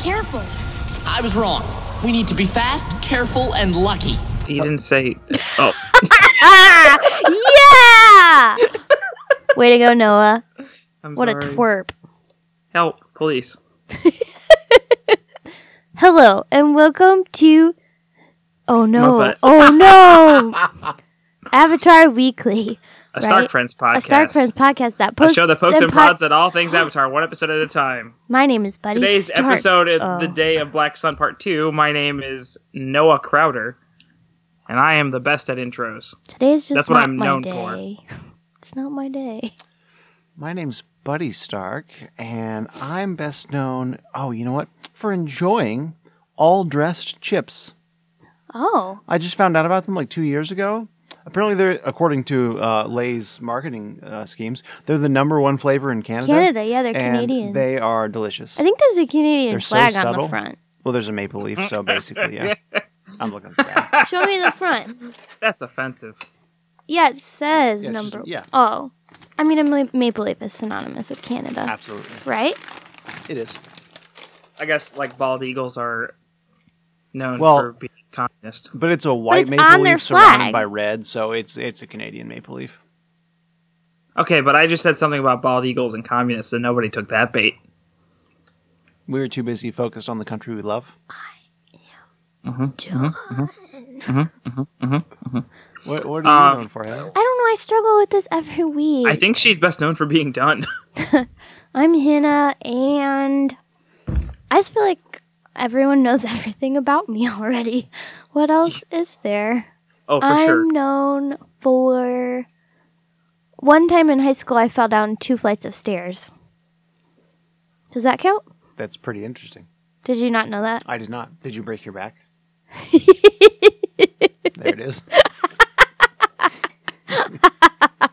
careful. I was wrong. We need to be fast, careful, and lucky. He didn't say. Oh, Ah, yeah! Way to go, Noah. I'm What a sorry. twerp. Help, police. Hello, and welcome to. Oh no. butt. Oh no! Avatar Weekly, A Stark Right? Friends a podcast. Stark Friends podcast that I posts. show the folks them and pod- pods that all things Avatar, one episode at a time. My name is Buddy. Today's Stark. episode is Oh. the day of Black Sun Part Two. My name is Noah Crowder, and I am the best at intros. Today is just That's what not I'm my known for. day. It's not my day. My name's Buddy Stark, and I'm best known, oh, you know what? For enjoying all dressed chips. Oh, I just found out about them like two years ago. Apparently, they're, according to uh, Lay's marketing uh, schemes, they're the number one flavor in Canada. Canada. Yeah, they're and Canadian. They are delicious. I think there's a Canadian They're so flag on the subtle. front. well, there's a maple leaf, so basically, yeah. I'm looking for that. Show me the front. That's offensive. Yeah, it says Yeah, it's number. just- yeah. Oh, I mean, a ma- maple leaf is synonymous with Canada, Absolutely. right? It is. I guess like bald eagles are known Well- for being communist. But it's a white it's maple on their leaf surrounded flag. by red, so it's it's a Canadian maple leaf. Okay, but I just said something about bald eagles and communists, and nobody took that bait. We were too busy focused on the country we love. John. What, what are you Um, known for, I Heather? don't know. I struggle with this every week. I think she's best known for being done. I'm Hannah, and I just feel like everyone knows everything about me already. What else is there? Oh, for I'm sure. known for. One time in high school, I fell down two flights of stairs. Does that count? That's pretty interesting. Did you not know that? I did not. Did you break your back? there it is.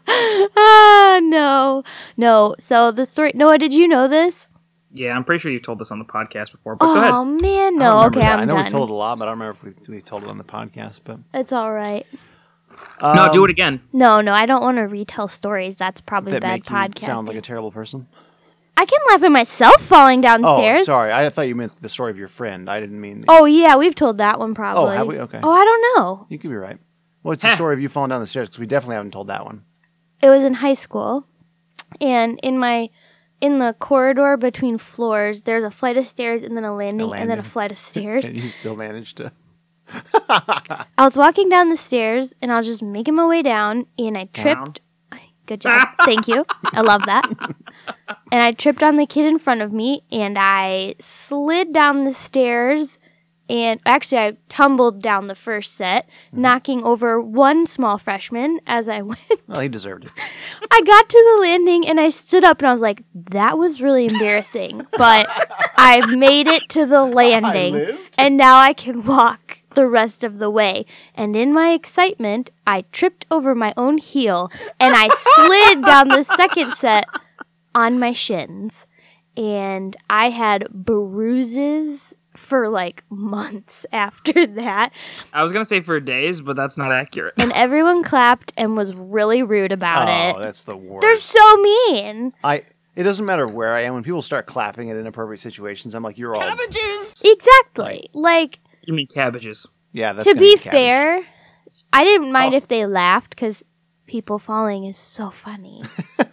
Ah, no. No. So the story. Noah, did you know this? Yeah, I'm pretty sure you've told this on the podcast before, but go oh, man. ahead. I don't No. remember Okay, that. I'm I know done. we told a lot, but I don't remember if we, we told it on the podcast. But it's all right. no, do um, it again. No, no, I don't want to retell stories. That's probably That bad make podcasting. you sound like a terrible person. I can laugh at myself falling Oh, downstairs. sorry. I thought you meant the story of your friend. I didn't mean. Oh, yeah, we've told that one probably. have we? Okay. Oh, I don't know. You could be right. Well, it's the story of you falling down the stairs because we definitely haven't told that one. It was in high school, and in my in the corridor between floors, there's a flight of stairs and then a landing, and then a landing. flight of stairs. And you still managed to. I was walking down the stairs and I was just making my way down and I tripped. Good job. Thank you. I love that. And I tripped on the kid in front of me and I slid down the stairs and actually I tumbled down the first set, knocking over one small freshman as I went. Well, he deserved it. I got to the landing and I stood up and I was like, that was really embarrassing, but I've made it to the landing lived. and now I can walk the rest of the way. And in my excitement, I tripped over my own heel and I slid down the second set on my shins. And I had bruises for like months after that. I was gonna say for days, but that's not accurate. And everyone clapped and was really rude about it. Oh, that's the worst. They're so mean. I. It doesn't matter where I am. When people start clapping at inappropriate situations, I'm like, "You're all." Exactly. Like, You mean cabbages? Yeah, that's to gonna be cabbage. fair, I didn't mind Oh. if they laughed because people falling is so funny.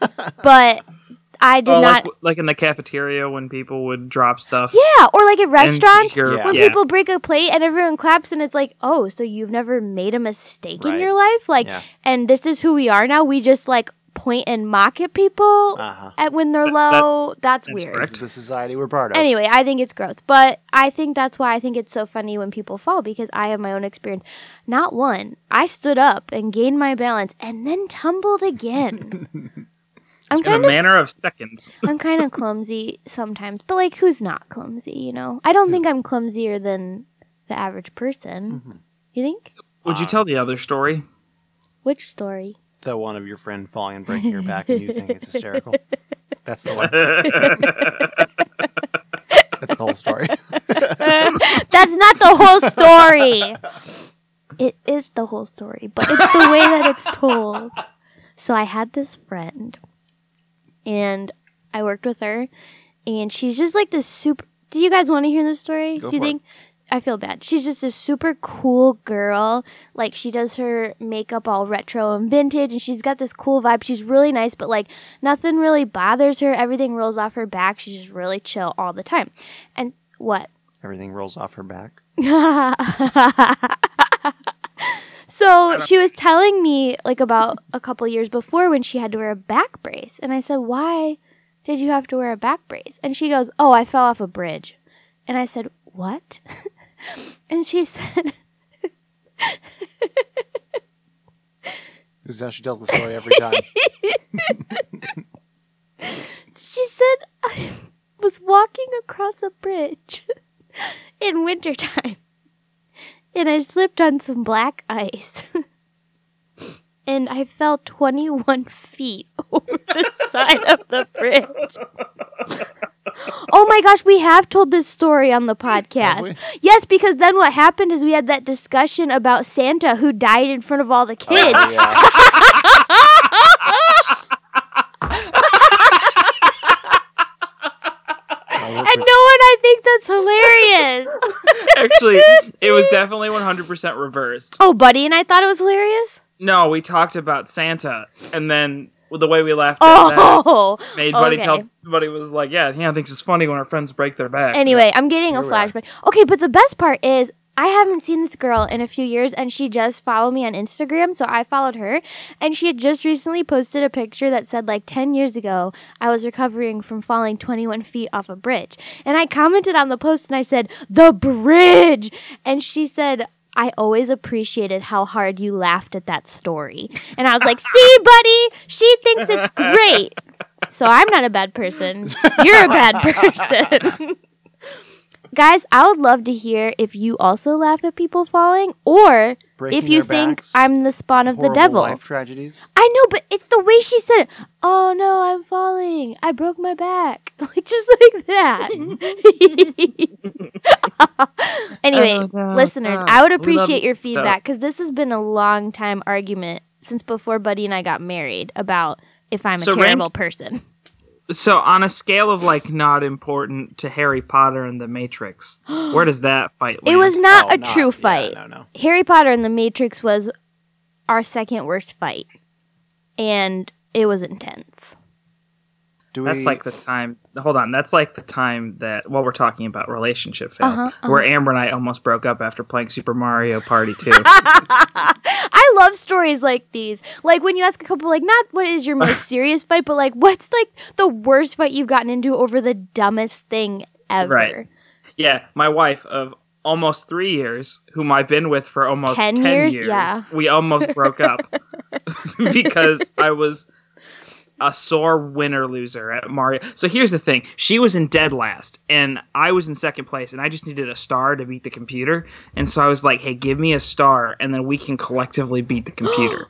but I did Oh, not. like, like in the cafeteria when people would drop stuff. yeah, or like at restaurants hear- when Yeah. people break a plate and everyone claps and it's like, oh, so you've never made a mistake in Right. your life, like, Yeah. and this is who we are now. We just like point and mock at people Uh-huh. at when they're that- low. that's, that's weird. correct. This is the society we're part of. Anyway, I think it's gross, but I think that's why I think it's so funny when people fall because I have my own experience. Not one. I stood up and gained my balance and then tumbled again. I'm In a kind of manner of seconds. I'm kind of clumsy sometimes, but like who's not clumsy, you know? I don't think I'm clumsier than the average person. You think? Would you tell the other story? Which story? the one of your friend falling and breaking your back and you think it's hysterical. That's the one. That's the whole story. That's not the whole story. it is the whole story, but it's the way that it's told. So I had this friend, and I worked with her, and she's just like this super Do you guys want to hear this story? Go Do you for it. think? I feel bad. She's just a super cool girl. Like she does her makeup all retro and vintage and she's got this cool vibe. She's really nice, but like nothing really bothers her. Everything rolls off her back. She's just really chill all the time. And what? Everything rolls off her back. So she was telling me like about a couple years before when she had to wear a back brace, and I said, "Why did you have to wear a back brace?" And she goes, "Oh, I fell off a bridge," and I said, "What?" and she said, This is how she tells the story every time. "She said I was walking across a bridge in wintertime, and I slipped on some black ice." And I fell 21 feet over the side of the bridge. Oh my gosh, we have told this story on the we? podcast. Yes, because then what happened is we had that discussion about Santa who died in front of all the kids. Oh, yeah. And no one, I think that's hilarious. Actually, it was definitely 100% reversed. oh, buddy, and I thought it was hilarious. No, we talked about Santa, and then the way we laughed at that Oh, made Buddy okay. tell Buddy was like, "Yeah, Hannah thinks it's funny when our friends break their backs." Anyway, I'm getting a Here we are. flashback. Okay, but the best part is I haven't seen this girl in a few years and she just followed me on Instagram, so I followed her and she had just recently posted a picture that said like 10 years ago I was recovering from falling 21 feet off a bridge. And I commented on the post and I said, "The bridge." And she said, I always appreciated how hard you laughed at that story. And I was like, "See, buddy, she thinks it's great." So I'm not a bad person. You're a bad person. Guys, I would love to hear if you also laugh at people falling or Breaking if you their think backs, I'm the spawn of the Horrible devil. Life tragedies. I know, but it's the way she said it. Oh no, I'm falling. I broke my back. Like just like that. anyway, Oh, no, listeners, no. I would We love appreciate your stuff. feedback cuz this has been a long time argument since before Buddy and I got married about if I'm a So rank- terrible person. so on a scale of like not important to Harry Potter and the Matrix, where does that fight? Land? It was not Oh, a not- true yeah, fight. no, no. Harry Potter and the Matrix was our second worst fight, and it was intense. Do we, That's like the time. Hold on. That's like the time that while we're talking about relationship fails, Uh-huh, where Amber and I almost broke up after playing Super Mario Party Two. I love stories like these. Like when you ask a couple, like not what is your most serious fight, but like what's like the worst fight you've gotten into over the dumbest thing ever. Right. yeah, my wife of almost three years, whom I've been with for almost 10 ten, years? years, Yeah. we almost broke up because I was a sore winner loser at Mario. So here's the thing: she was in dead last, and I was in second place, and I just needed a star to beat the computer. And so I was like, "Hey, give me a star, and then we can collectively beat the computer."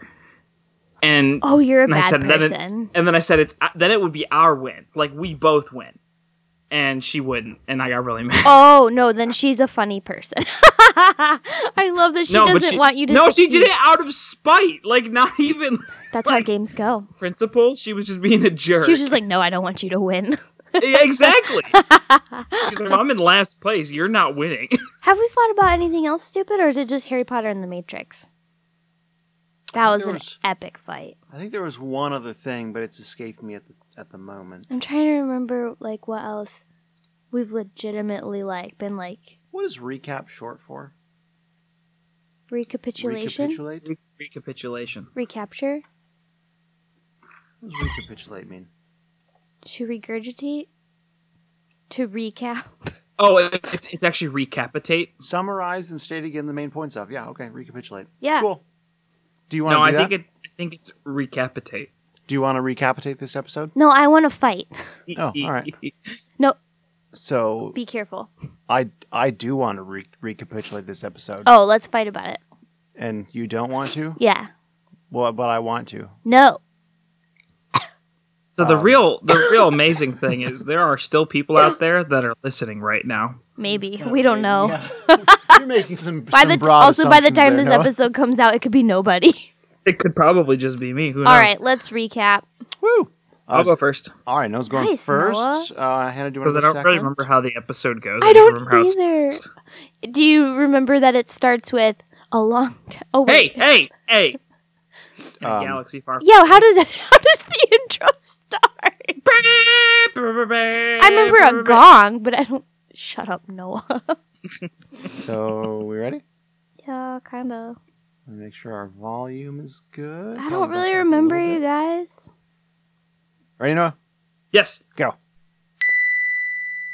and Oh, you're a and I bad said, then it- person. and then I said, "It's uh, then it would be our win, like we both win." And she wouldn't, and I got really mad. Oh no, then she's a funny person. I love that she doesn't want you to. No, she succeed. did it out of spite. Like not even That's how like- games go. principle. She was just being a jerk. She was just like, "No, I don't want you to win." Yeah, exactly. She's like, I'm in last place. You're not winning. Have we thought about anything else stupid, or is it just Harry Potter and the Matrix? That was There an was- epic fight. I think there was one other thing, but it's escaped me at the at the moment. I'm trying to remember like what else we've legitimately like been like What is recap short for? recapitulation, Recapitulate. Re- Recapitulation. recapture, What does recapitulate mean? to regurgitate, to recap. Oh, it- it's it's actually recapitate. Summarize and state again the main points of. Yeah, okay. Recapitulate. Yeah. Cool. Do you want No, to I do think that? it. I think it's recapitate. Do you want to recapitate this episode? No, I want to fight. Oh, all right. No, So be careful. I I do want to re- recapitulate this episode, Oh, let's fight about it. and you don't want to. Yeah. Well, but I want to. No. So the Um. real the real amazing thing is there are still people out there that are listening right now. Maybe we don't know. You're making some. By the t- also by the time this episode comes out, it could be nobody. It could probably just be me. Who knows? All right, let's recap. Woo! I'll go first All right, Noah's going Nice, first. Uh, Hannah, do you because want to I go don't second? really remember how the episode goes. I just don't remember how it's- either. Do you remember that it starts with a long time? Oh, Hey, wait. hey, hey! In a Um, galaxy far. Yo, how does it, how does the intro start? I I remember a gong, but I don't. Shut up, Noah. So we ready? yeah, kind of. Let me Make sure our volume is good. I Dial don't it back really up a remember little you bit. guys. Ready, Noah? Yes. Go.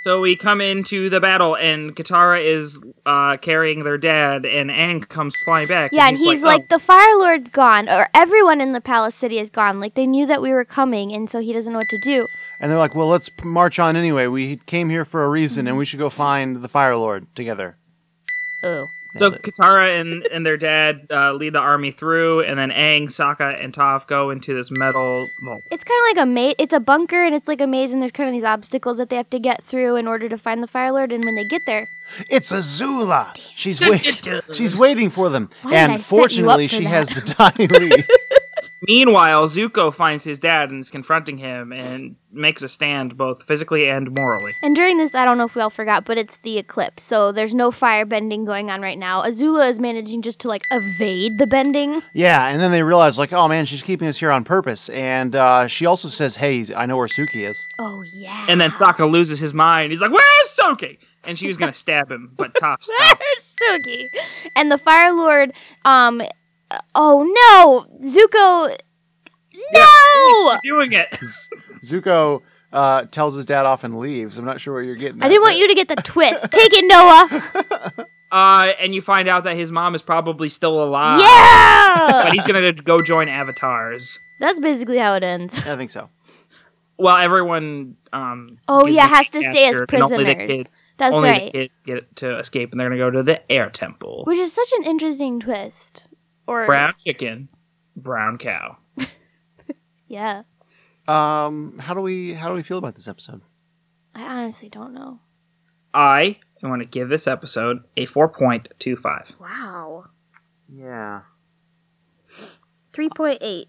So we come into the battle, and Katara is uh, carrying their dad, and Aang comes flying back. Yeah, and he's like, "Oh." the Fire Lord's gone, or everyone in the palace city is gone. Like, they knew that we were coming, and so he doesn't know what to do. And they're like, well, let's p- march on anyway. We came here for a reason, and we should go find the Fire Lord together. Oh. "Oh." So Katara and, and their dad uh, lead the army through, and then Aang, Sokka, and Toph go into this metal vault. It's kind of like a maze. It's a bunker, and it's like a maze, and there's kind of these obstacles that they have to get through in order to find the Fire Lord, and when they get there, It's Azula. She's wait- She's waiting for them. Why did I set you and up fortunately, for she that? has the Dai Li. Meanwhile, Zuko finds his dad and is confronting him and makes a stand both physically and morally. And during this, I don't know if we all forgot, but it's the eclipse. So there's no fire bending going on right now. Azula is managing just to like evade the bending. yeah, and then they realize, like, oh man, she's keeping us here on purpose. And uh, she also says, hey, I know where Suki is. Oh yeah. And then Sokka loses his mind. He's like, "Where's Soki?" And she was gonna stab him, but Toph stopped. There's Suki. And the Fire Lord. Um. uh, Oh no, Zuko. No. She's doing it. Z- Zuko uh, tells his dad off and leaves. I'm not sure where you're getting I didn't want you to get the twist. Take it, Noah. Uh, and you find out that his mom is probably still alive. But Yeah. he's gonna go join avatars. That's basically how it ends. I think so. Well, everyone. Um, Oh, is yeah, gonna has be to stay as captured, and Only the prisoners. kids, That's only right. the kids get to escape, and they're gonna go to the air temple. Which is such an interesting twist. Or Brown chicken, brown cow. yeah, Um, how do we how do we feel about this episode? I honestly don't know. I want to give this episode a four point two five. Wow. Yeah. Three point eight.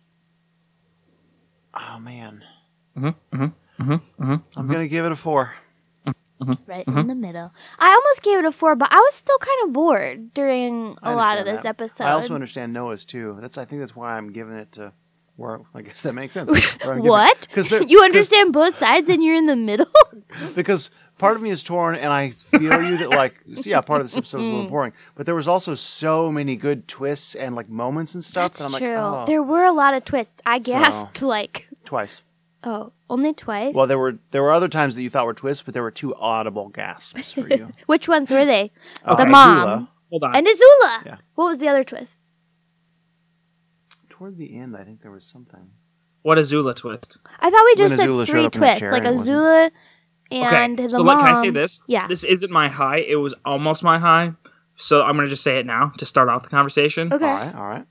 Oh man, Mm-hmm, mm-hmm, mm-hmm, mm-hmm. I'm gonna give it a four. right in the middle. I almost gave it a four, but I was still kind of bored during I a lot of understand this that. episode. I also understand Noah's too. That's I think that's why I'm giving it to. Where I guess that makes sense. Where I'm giving- what? 'cause they're- you understand both sides and you're in the middle? because part of me is torn and I feel you that like yeah, part of this episode was a Mm. little boring, but there was also so many good twists and like moments and stuff. That's and I'm true. like, oh, There were a lot of twists. I gasped like, twice. oh, only twice? Well, there were there were other times that you thought were twists, but there were two audible gasps for you. Which ones were they? Uh, the Azula, mom Hold on. and Azula. Yeah. What was the other twist? Toward the end, I think there was something. what a Zula twist. I thought we When just said Azula showed three up in that twists, chair, like it wasn't- Azula and okay, the so mom. let- can I say this? Yeah. This isn't my high. It was almost my high. So I'm gonna just say it now to start off the conversation. Okay. All right, all right.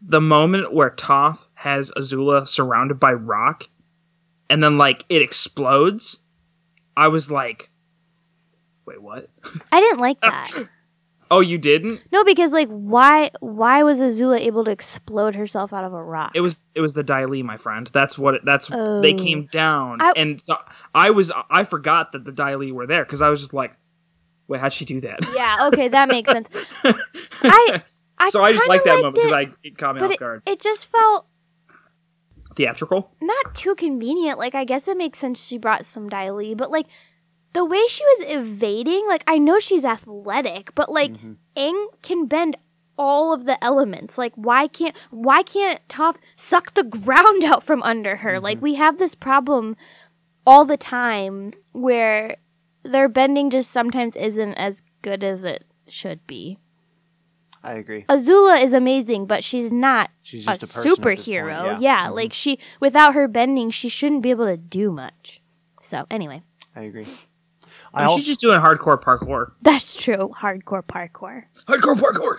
The moment where Toph has Azula surrounded by rock, and then like it explodes, I was like, "Wait, what? I didn't like that. Oh, you didn't? no, because like why why was Azula able to explode herself out of a rock? It was it was the Dai-Li, my friend. That's what. It, that's they Oh. came down, I- and so I was I forgot that the Dai-Li were there because I was just like, "Wait, how'd she do that?" Yeah, okay, that makes sense. I I so I just kinda like that liked moment because it, I it caught me but off it, guard. it just felt Theatrical. not too convenient. Like I guess it makes sense she brought some Diley, but like the way she was evading, like I know she's athletic, but like Mm-hmm. Aang can bend all of the elements. Like why can't why can't Toph suck the ground out from under her? Mm-hmm. Like we have this problem all the time where their bending just sometimes isn't as good as it should be. I agree. Azula is amazing, but she's not She's a, just a, person at this point, Mm-hmm. superhero. yeah, like she without her bending, she shouldn't be able to do much. So anyway, I agree. I I also, She's just doing hardcore parkour. that's true. Hardcore parkour. Hardcore parkour.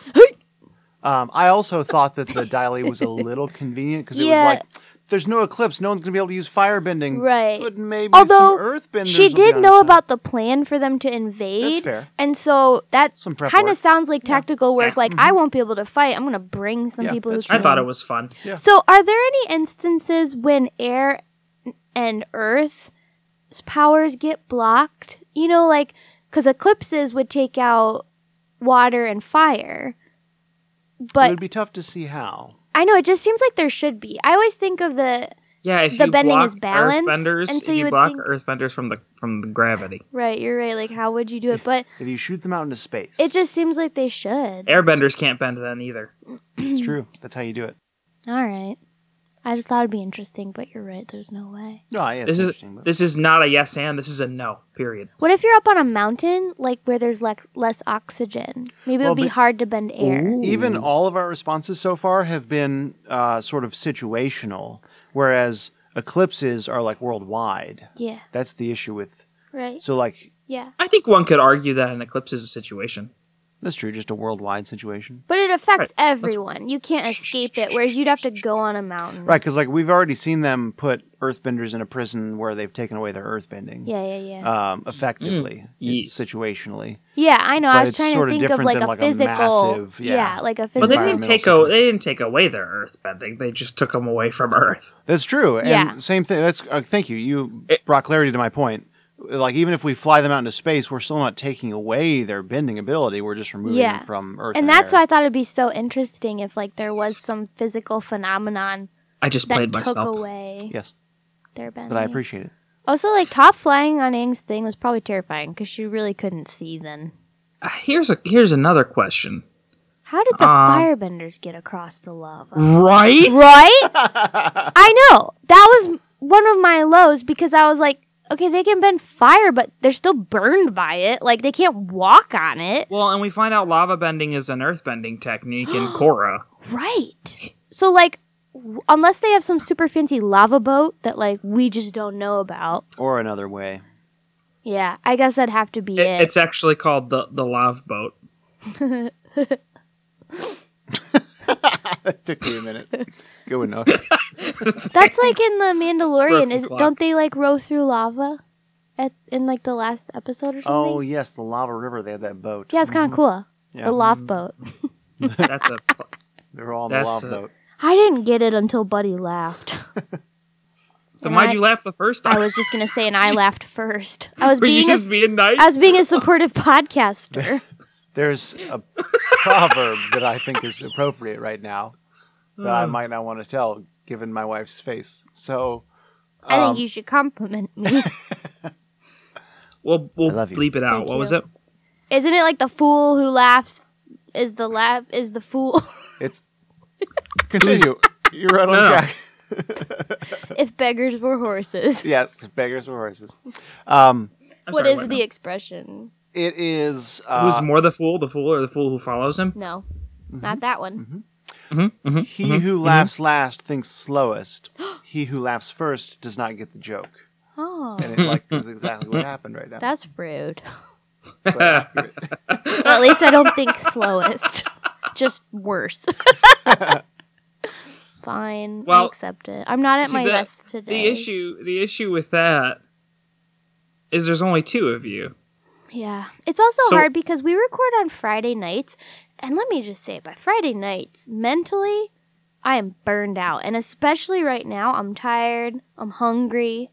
um, I also thought that the Dali was a little convenient because Yeah. it was like, there's no eclipse, no one's gonna be able to use firebending, Right. But maybe Although, some earthbenders. she will be did on know our side. about the plan for them to invade. fair. And so that Some prep kind work. of sounds like tactical work. Like I won't be able to fight. I'm gonna bring some Yeah, people who that's can. I thought it was fun. Yeah. So, are there any instances when air and Earth's powers get blocked. You know, like, because eclipses would take out water and fire. it But would be tough to see how. I know, it just seems like there should be. I always think of the. Yeah, if The you bending block is balanced, earthbenders, and so you if you, would block think- earthbenders from the from the gravity. Right, you're right. Like, how would you do it? But If you shoot them out into space, it just seems like they should. Airbenders can't bend then either. it's true. That's how you do it. All right. I just thought it'd be interesting, but you're right. There's no way. No, yeah, it's This is interesting. but- this is not a yes and this is a no. Period. What if you're up on a mountain, like where there's lex- less oxygen? Maybe it Well, would be but- Oh. hard to bend air. Even all of our responses so far have been uh, sort of situational, whereas eclipses are like worldwide. Yeah. That's the issue with. Right. So, like, yeah. I think one could argue that an eclipse is a situation. that's true, just a worldwide situation. But it affects right. That's- everyone. You can't escape it. Whereas you'd have to go on a mountain. Right, because, like, we've already seen them put earthbenders in a prison where they've taken away their earthbending. Yeah, yeah, yeah. Um, effectively, Mm, it's situationally. yeah, I know. but I was it's trying to sorta think of different like than, a like, a physical. massive- yeah. yeah. like a Well, physical. they didn't Environmental take away situation. they didn't take away their earthbending. They just took them away from Earth. That's true. And Yeah. same thing. That's uh, thank you. You It- brought clarity to my point. Like even if we fly them out into space, we're still not taking away their bending ability. We're just removing Yeah. them from Earth. and that's air. why I thought it'd be so interesting if like there was some physical phenomenon I just that played took myself. away Yes, their bending. but I appreciate it. Also, like top flying on Ing's thing was probably terrifying because she really couldn't see then. Uh, Here's a here's another question. How did the Um, firebenders get across the lava? Right? Right? I know. That was one of my lows because I was like, okay, they can bend fire, but they're still burned by it. Like, they can't walk on it. Well, and we find out lava bending is an earthbending technique in Korra. Right. So, like, w- unless they have some super fancy lava boat that, like, we just don't know about. Or another way. Yeah, I guess that'd have to be It- it. It's actually called the the lava boat. That took me a minute. Good enough. That's like in The Mandalorian. Broken Is clock. don't they like row through lava at in like the last episode or something? oh yes, the lava river. They had that boat. yeah, it's kind mm-hmm. of cool. Yeah. The lava boat. That's a They were all on the That's lava a- boat. I didn't get it until Buddy laughed. Then And why'd I- you laugh the first time? I was just gonna say, and I laughed first. I was Were you being a, just being nice? I was being a supportive podcaster. There's a proverb that I think is appropriate right now that Hmm. I might not want to tell given my wife's face. So I think you should compliment me. We'll we'll I love you. bleep it out. Thank what you. was it? Isn't it like the fool who laughs is the laugh is the fool? it's continue. You're right on No. track. if beggars were horses, Yes, beggars were horses. Um, I'm what sorry, is what? the expression? it is Who's uh, more the fool, the fool, or the fool who follows him? No, not that one. he mm-hmm, who laughs last thinks slowest. he who laughs first does not get the joke. Oh, And it like is exactly what happened right now. that's rude. but accurate. Well, at least I don't think slowest. Just worse. Fine. I Well, accept it. I'm not at see, my the- best today. The issue the issue with that is there's only two of you. Yeah. It's also So- hard because we record on Friday nights. And let me just say, by Friday nights, mentally, I am burned out. And especially right now, I'm tired. I'm hungry.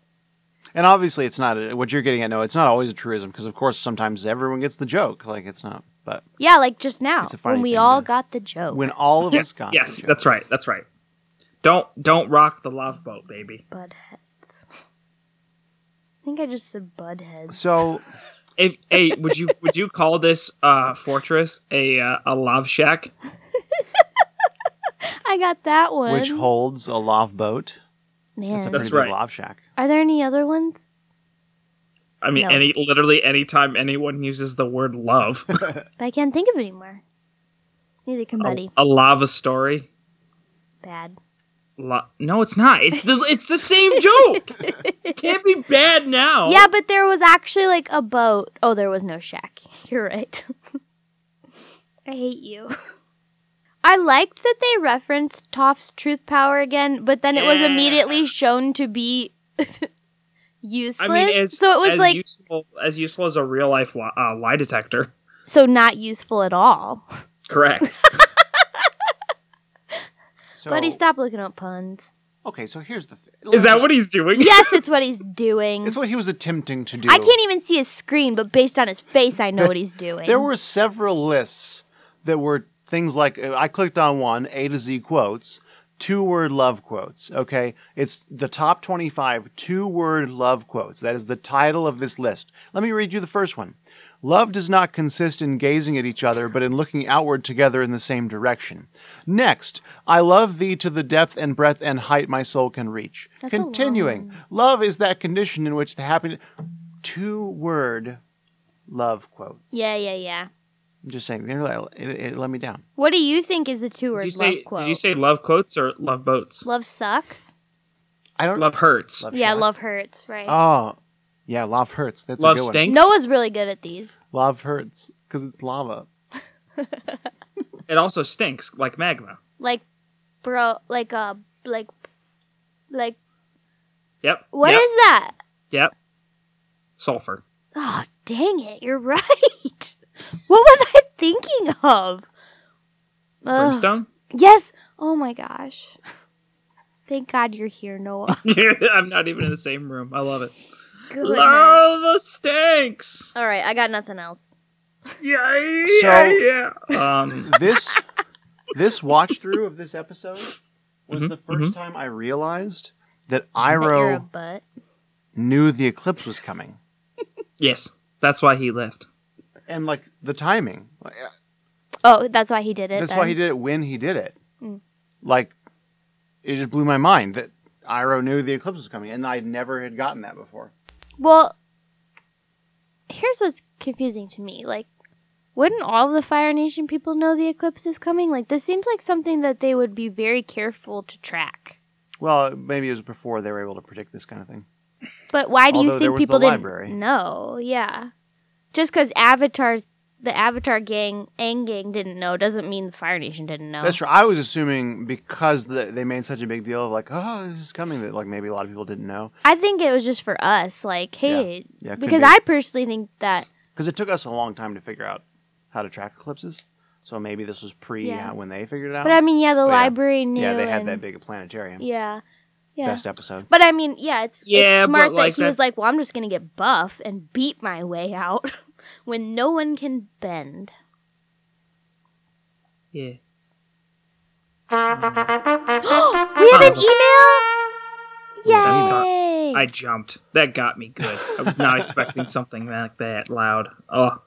and obviously, it's not a, what you're getting at. No, it's not always a truism because, of course, sometimes everyone gets the joke. Like it's not, but Yeah, like just now It's a funny when we thing all to- got the joke. when all of us got Yes, the joke, that's right. That's right. Don't don't rock the love boat, baby. Budheads. I think I just said budheads. so If hey, would you would you call this uh fortress a uh, a love shack? I got that one. which holds a love boat. Man. That's a That's pretty big right. love shack. Are there any other ones? I mean, No. any literally anytime anyone uses the word love, But I can't think of it anymore. Neither can a, Buddy. a lava story. Bad. Lo- no, it's not. It's the it's the same joke. It Can't be bad now. Yeah, but there was actually like a boat. Oh, there was no shack. You're right. I hate you. I liked that they referenced Toph's truth power again, but then it was Yeah. immediately shown to be I useless. mean, as, so it was as like useful, as useful as a real life li- uh, lie detector. so not useful at all. Correct. So, Oh. Buddy, stop looking up puns. Okay, so here's the thing. Is that what he's doing? Yes, it's what he's doing. It's what he was attempting to do. I can't even see his screen, but based on his face, I know what he's doing. There were several lists that were things like I clicked on one A to Z quotes, two word love quotes. Okay, it's the top 25 two word love quotes. That is the title of this list. Let me read you the first one. Love does not consist in gazing at each other, but in looking outward together in the same direction. Next, I love thee to the depth and breadth and height my soul can reach. That's a long Continuing, love is that condition in which the happiness. Two word love quotes. yeah, yeah, yeah. I'm just saying, they're like- it, it let me down. What do you think is a two Did word you love say? quote? Did you say love quotes or love boats? love sucks? I don't Love Uh, hurts. Love yeah, shot. love hurts, right? Oh, yeah, love hurts. That's Love a good stinks. Noah's really good at these. one. Love hurts because it's lava. It also stinks like magma. Like, bro, like, uh, like, like, Yep. What is yep. that? Yep. Sulfur. Oh, dang it, you're right. What was I thinking of? Ugh. Brimstone. Yes. Oh my gosh. Thank God you're here, Noah. I'm not even in the same room. I love it. Goodness. Love stinks. All right, I got nothing else. Yeah, So- yeah, yeah. Um, This this watch through of this episode Mm-hmm, was the 1st time I realized that You're a Iroh butt. knew the eclipse was coming yes, that's why he left. and like the timing. Like, uh, Oh, that's why he did Mm. it. That's then. why he did it when he did it. Like it just blew my mind that Iroh knew the eclipse was coming, and I never had gotten that before. Well, here's what's confusing to me. Like, wouldn't all of the Fire Nation people know the eclipse is coming? Like, this seems like something that they would be very careful to track. Well, maybe it was before they were able to predict this kind of thing. But why do Although you there think was people the didn't library. know? Yeah, just because Avatar's the Avatar gang, Aang gang didn't know doesn't mean the Fire Nation didn't know. That's true. I was assuming because the, they made such a big deal of like, oh, this is coming, that like maybe a lot of people didn't know I think it was just for us, like, hey, Yeah, could because be. I personally think that because it took us a long time to figure out how to track eclipses. So maybe this was pre Yeah. uh, when they figured it out. But I mean, yeah, the But Oh, yeah. library knew. yeah, they had and- that big planetarium. Yeah, yeah. Best episode. But I mean, yeah, it's Yeah, it's smart but, that like, he was that- like, "Well, I'm just gonna get buff and beat my way out when no one can bend." Yeah. we have an email. That's not- Yay! I jumped. That got me good. I was not expecting something like that loud. Oh,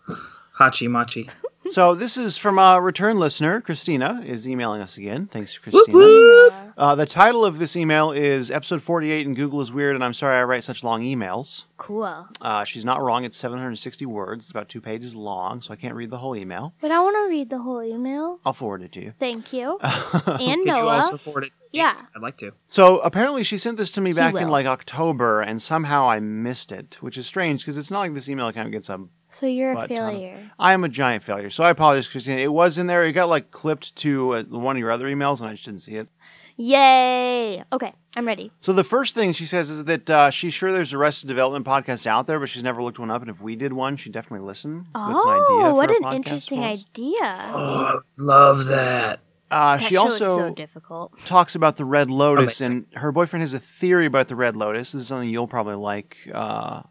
hachi machi. so this is from a return listener. Christina is emailing us again. Thanks, Whoop, Christina. whoop. Uh, the title of this email is episode 48 and Google is weird and I'm sorry I write such long emails. cool. Uh, she's not wrong. It's 760 words. It's about two pages long, so I can't read the whole email. But I want to read the whole email. I'll forward it to you. Thank you. and Could you Noah. also forward it? Yeah. I'd like to. So apparently she sent this to me back in will. like October and somehow I missed it, which is strange because it's not like this email account gets a So you're a But, um, failure. I am a giant failure. So I apologize, Christina. It was in there. It got like clipped to uh, one of your other emails and I just didn't see it. Yay! Okay, I'm ready. So the first thing she says is that uh, she's sure there's a Arrested Development podcast out there, but she's never looked one up. And if we did one, she'd definitely listen. So that's oh, idea what for a an podcast interesting for us. idea. Oh, love that. Uh, That she show is also so difficult. talks about the Red Lotus, Amazing. and her boyfriend has a theory about the Red Lotus. This is something you'll probably like, uh,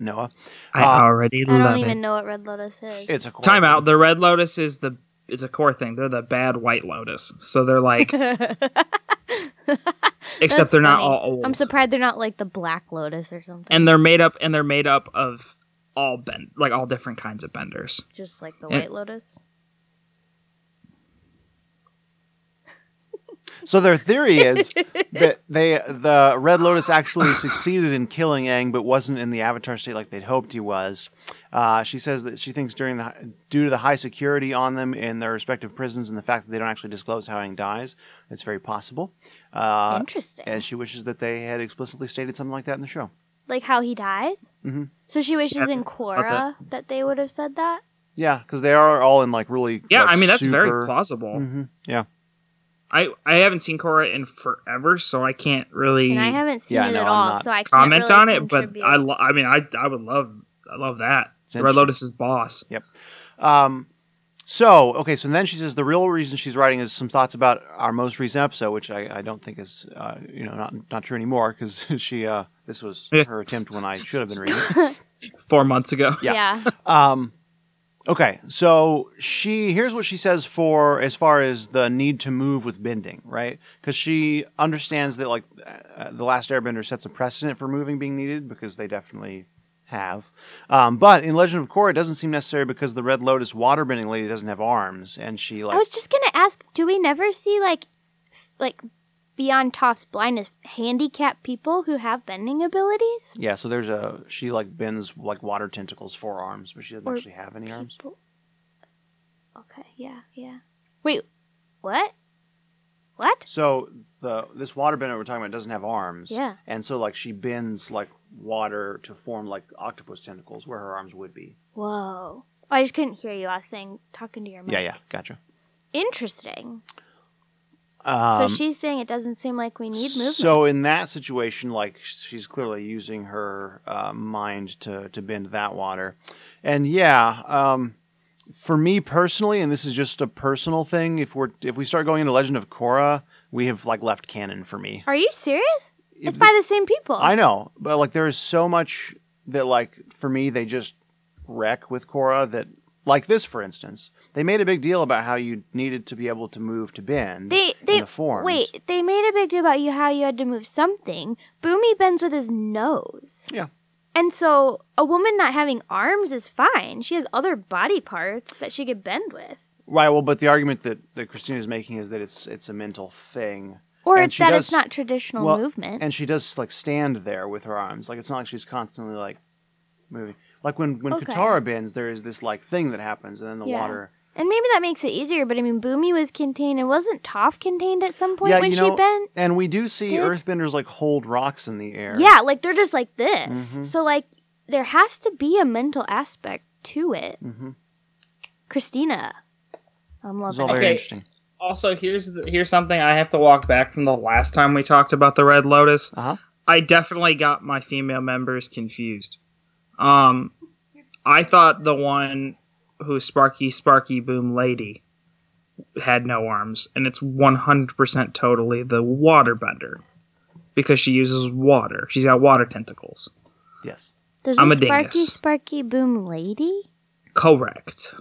Noah. I Uh, already I love don't it. even know what Red Lotus is. It's a cool Time thing. out. The Red Lotus is the it's a core thing. They're the bad White Lotus. So they're like, except That's they're not funny. all old. I'm surprised they're not like the Black Lotus or something. and they're made up and they're made up of all bend like all different kinds of benders. Just like the Mm. Yeah. White Lotus. So their theory is that they the Red Lotus actually succeeded in killing Aang, but wasn't in the Avatar state like they'd hoped he was. Uh, she says that she thinks during the due to the high security on them in their respective prisons and the fact that they don't actually disclose how Aang dies, it's very possible. Uh, Interesting. and she wishes that they had explicitly stated something like that in the show. like how he dies. Mhm. So she wishes Yeah, in Korra that they would have said that. Yeah, because they are all in like really. Yeah, I like, mean that's very super- plausible. Mhm, yeah. I I haven't seen Korra in forever, so I can't really And I haven't seen Yeah, it no, at I'm all, not so I can't comment really on it, but contribute. I lo- I mean I I would love I love that. It's Red interesting. Lotus's boss. Um, So, okay, so then she says the real reason she's writing is some thoughts about our most recent episode, which I, I don't think is, uh, you know, not not true anymore because she uh, this was her attempt when I should have been reading. it. Four months ago. Yeah. Um, okay, so she here's what she says for as far as the need to move with bending, right? Because she understands that like uh, the last Airbender sets a precedent for moving being needed because they definitely have. Um, but in Legend of Korra, it doesn't seem necessary because the Red Lotus waterbending lady doesn't have arms, and she like I was just gonna ask, do we never see like, f- like, beyond Toph's blindness, handicapped people who have bending abilities? Yeah, so there's a she like bends like water tentacles for arms, but she doesn't Or actually have any arms. People- Okay. Yeah. Yeah. Wait. What? What? So the this waterbender we're talking about doesn't have arms. Yeah. And so like she bends like water to form like octopus tentacles where her arms would be. Whoa. I just couldn't hear you. I was saying talking to your mom. Yeah, yeah, gotcha. Interesting. Um, so she's saying it doesn't seem like we need movement. So in that situation, like she's clearly using her uh, mind to to bend that water, and yeah, um, for me personally, and this is just a personal thing. If we're if we start going into Legend of Korra, we have like left canon for me. Are you serious? It's If- by the same people. I know, but like there is so much that like for me they just wreck with Korra that like this for instance they made a big deal about how you needed to be able to move to bend They they in the forms. wait. They made a big deal about you how you had to move something. Boomy bends with his nose, yeah and so a woman not having arms is fine. She has other body parts that she could bend with, Right. Well, but the argument that that Christina is making is that it's it's a mental thing, or that And she it's does- not traditional well, movement. and she does like stand there with her arms. Like it's not like she's constantly like moving. Like when when Okay. Katara bends, there is this like thing that happens, and then the Yeah. water. And maybe that makes it easier, but I mean, Boomy was contained, and wasn't Toph contained at some point yeah, when you know, she bent? and we do see Did- Earthbenders like hold rocks in the air. Yeah, like they're just like this. Mhm. So like there has to be a mental aspect to it. hmm Christina, I'm It's loving all it. very Okay. interesting. Also, here's the, here's something I have to walk back from the last time we talked about the Red Lotus. Uh huh. I definitely got my female members confused. Um, I thought the one who Sparky Sparky Boom Lady had no arms, and it's 100% totally the waterbender because she uses water. She's got water tentacles. Yes. There's I'm a a Sparky dingus. Sparky Boom Lady. Correct.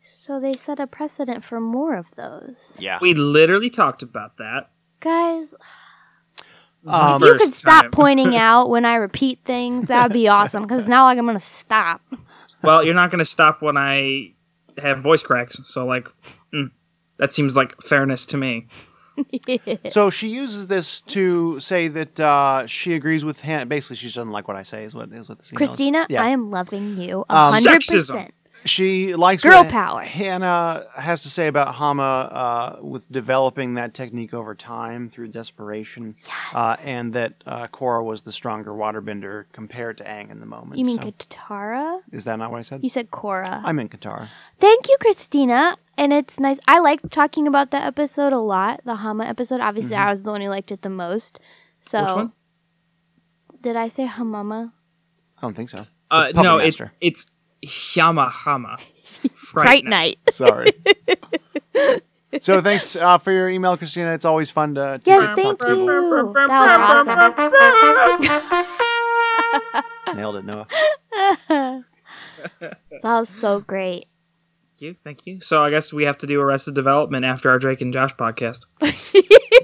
So they set a precedent for more of those. Yeah. We literally talked about that. Guys, Um, if you could first stop time. pointing out when I repeat things, that would be awesome because now like, I'm going to stop. Well, you're not going to stop when I have voice cracks. So, like, mm, that seems like fairness to me. So she uses this to say that uh, she agrees with him. Basically, she doesn't like what I say. Is what is what this email is. Christina, Yeah. I am loving you a Um, 100%. Sexism. she likes Girl what power. Hannah has to say about Hama uh, with developing that technique over time through desperation, uh, and that uh, Korra was the stronger waterbender compared to Aang in the moment. You mean So- Katara? is that not what I said? You said Korra. I meant Katara. Thank you, Christina. And it's nice. I liked talking about that episode a lot, the Hama episode. Obviously, I was the one who liked it the most. So, Mm-hmm. Which one? did I say Hamama? I don't think so. Uh, The Puppet no, Master. it's it's Yamahama. Fright, Right now. Night. Sorry. so thanks uh, for your email, Christina. It's always fun to, to Yes, get to thank talk to you. you. That was awesome. Nailed it, Noah. That was so great. Thank you, thank you. So I guess we have to do Arrested Development after our Drake and Josh podcast.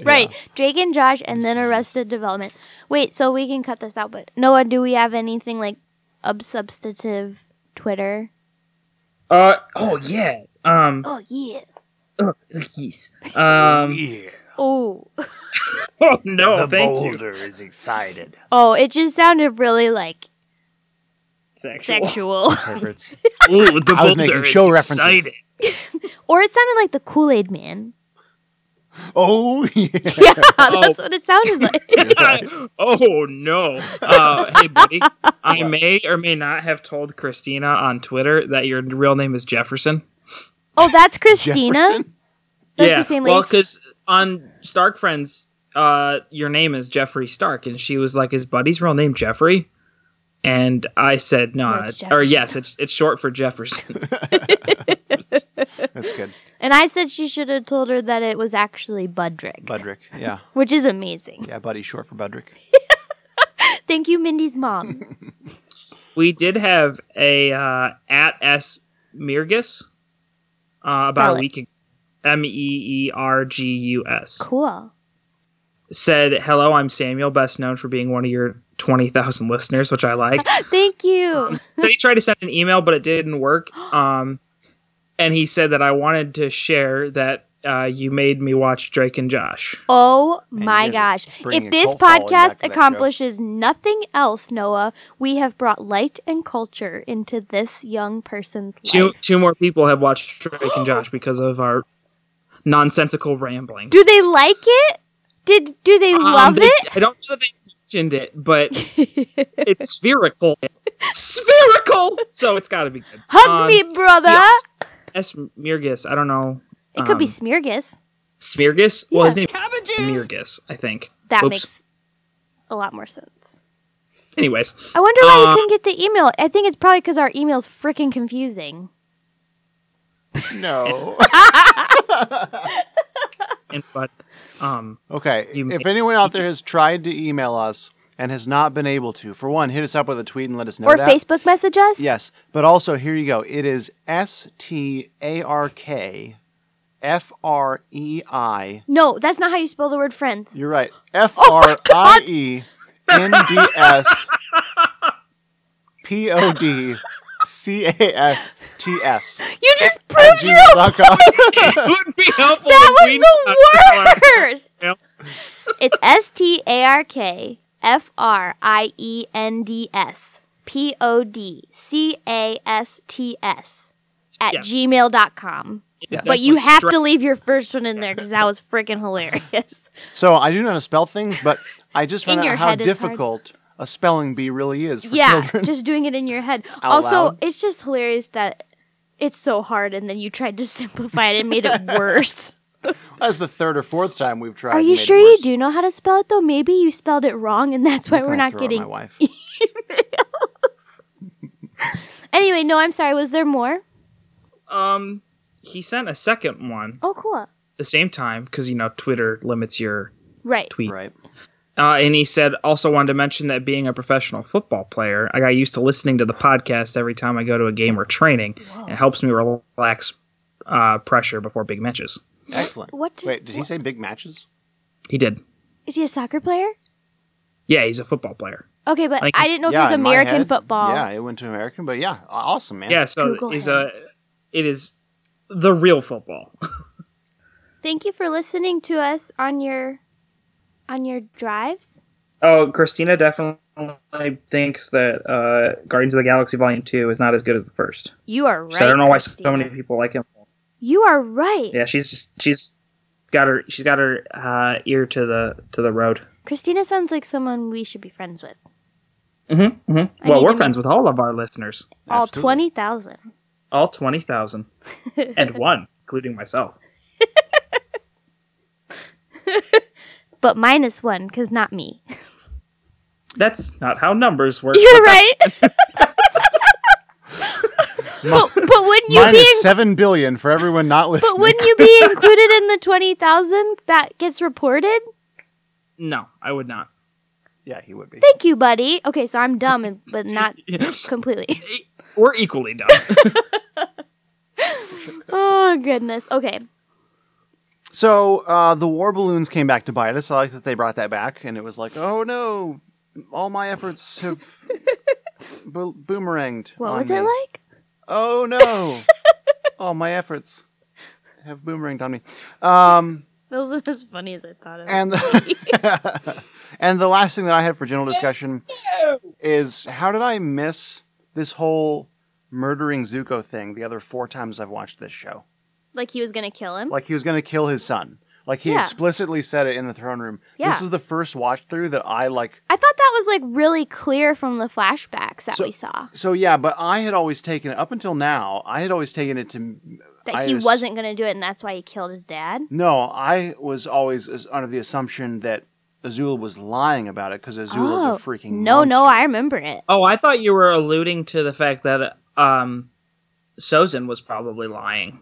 right. Drake and Josh, and then Arrested Development. Wait, so we can cut this out, but Noah, do we have anything like substantive Twitter? Uh oh yeah. Um oh, Oh, yeah. yes. Um Yeah, Oh. oh, no, thank you. is excited. Oh, it just sounded really like Sexual. sexual. Perverts. Ooh, the I boulder was making is show references. excited. or it sounded like the Kool Aid Man. Oh, yeah. Yeah, Oh. that's what it sounded like. oh no. Uh, hey buddy, I may or may not have told Christina on Twitter that your real name is Jefferson. oh, that's Christina. Jefferson? That's the same Well, lady. because on Stark Friends, uh, your name is Jeffrey Stark, and she was like, "Is Buddy's real name Jeffrey?" And I said, "No, No, it's it's- Jefferson." or yes, it's it's short for Jefferson." And I said she should have told her that it was actually Budrick, Budrick. Yeah. which is amazing. Yeah, Buddy's short for Budrick. Thank you, Mindy's mom. We did have a uh, at S Mirgus uh, Spell about it. a week ago. M E E R G U S cool. said, "Hello, I'm Samuel, best known for being one of your twenty thousand listeners, which I liked." Thank you. so he tried to send an email, but it didn't work. Um, and he said that I wanted to share that uh, you made me watch Drake and Josh. Oh my is gosh. bringing If this cult following back podcast to that show. accomplishes nothing else, Noah, we have brought light and culture into this young person's Two life. two more people have watched Drake and Josh because of our nonsensical rambling. Do they like it? Did do they Um, love it? I don't know that they mentioned it, but it's spherical. spherical. So it's got to be good. Hug Um, me, brother. yes. S. Mirgus. I don't know. It could be um, Smeargus. Smirgus. Well, his Yeah. name is Mirgus, I think. That Oops. makes a lot more sense. Anyways, I wonder why Uh, you couldn't get the email. I think it's probably because our email's freaking confusing. No. and but um. Okay. You- if anyone out there has tried to email us and has not been able to, for one, hit us up with a tweet and let us know or that. Facebook message us? Yes. But also, here you go. It is S T A R K F R E I. No, that's not how you spell the word friends. You're right. F R I E N D S P O D C A S T S. you just proved your own it would be helpful. That if was we the worst. Yep. It's S T A R K F R I E N D S P O D C A S T S at Yes. gmail.com. Yes. But you Definitely have stra- to leave your first one in there because that was freaking hilarious. So I do know how to spell things, but I just In found your out how head it's hard. difficult a spelling bee really is for yeah, children. just doing it in your head. Out also, loud. it's just hilarious that it's so hard and then you tried to simplify it and made it worse. That's the third or fourth time we've tried. Are and you made it sure you worse. do know how to spell it though? Maybe you spelled it wrong and that's why I'm we're gonna not throw at getting my wife. Anyway, no, I'm sorry. Was there more? Um, he sent a second one Oh, cool. the same time because you know Twitter limits your Right. tweets. Right. Uh, and he said also wanted to mention that being a professional football player, I got used to listening to the podcast every time I go to a game or training. It helps me relax uh, pressure before big matches. Excellent. What did- Wait, did he say big matches? He did. Is he a soccer player? Yeah, he's a football player. Okay, but Like- I didn't know if yeah, he was in my Oh, American head, football. Yeah, it went to American, but yeah, aw- awesome, man. Yeah, so Google he's him. a. It is the real football. Thank you for listening to us on your on your drives. Oh, Christina definitely thinks that uh, Guardians of the Galaxy Volume Two is not as good as the first. You are right. so I don't know why Christina. so many people like him. You are right. Yeah, she's just she's got her she's got her uh, ear to the to the road. Christina sounds like someone we should be friends with. Mm-hmm, I Well, need we're to friends with all of our listeners, All Absolutely. twenty thousand. all twenty thousand and one, including myself. But minus one, because not me. That's not how numbers work. You're right. but, but wouldn't you be Minus in- seven billion for everyone not listening. but wouldn't you be included in the twenty thousand that gets reported? No, I would not. yeah, he would be. Thank you, buddy. Okay, so I'm dumb, and, but not completely. We're equally dumb. Oh goodness. Okay. So uh, the war balloons came back to bite us. I like that they brought that back, and it was like, oh no, all my efforts have bo- boomeranged. What on was me. it like? Oh no, all my efforts have boomeranged on me. Um, That was as funny as I thought it was. and the and the last thing that I had for general discussion is how did I miss this whole murdering Zuko thing? The other four times I've watched this show. Like he was gonna kill him. like he was going to kill his son. Like he Yeah. explicitly said it in the throne room. Yeah. This is the first watch through that I like. I thought that was like really clear from the flashbacks that So- we saw So yeah, but I had always taken it up until now. I had always taken it to that I he was- wasn't gonna do it, and that's why he killed his dad. No, I was always as- under the assumption that Azula was lying about it because Azula's a freaking Oh. no, no, I monster. remember it. oh, I thought you were alluding to the fact that um, Sozin was probably lying.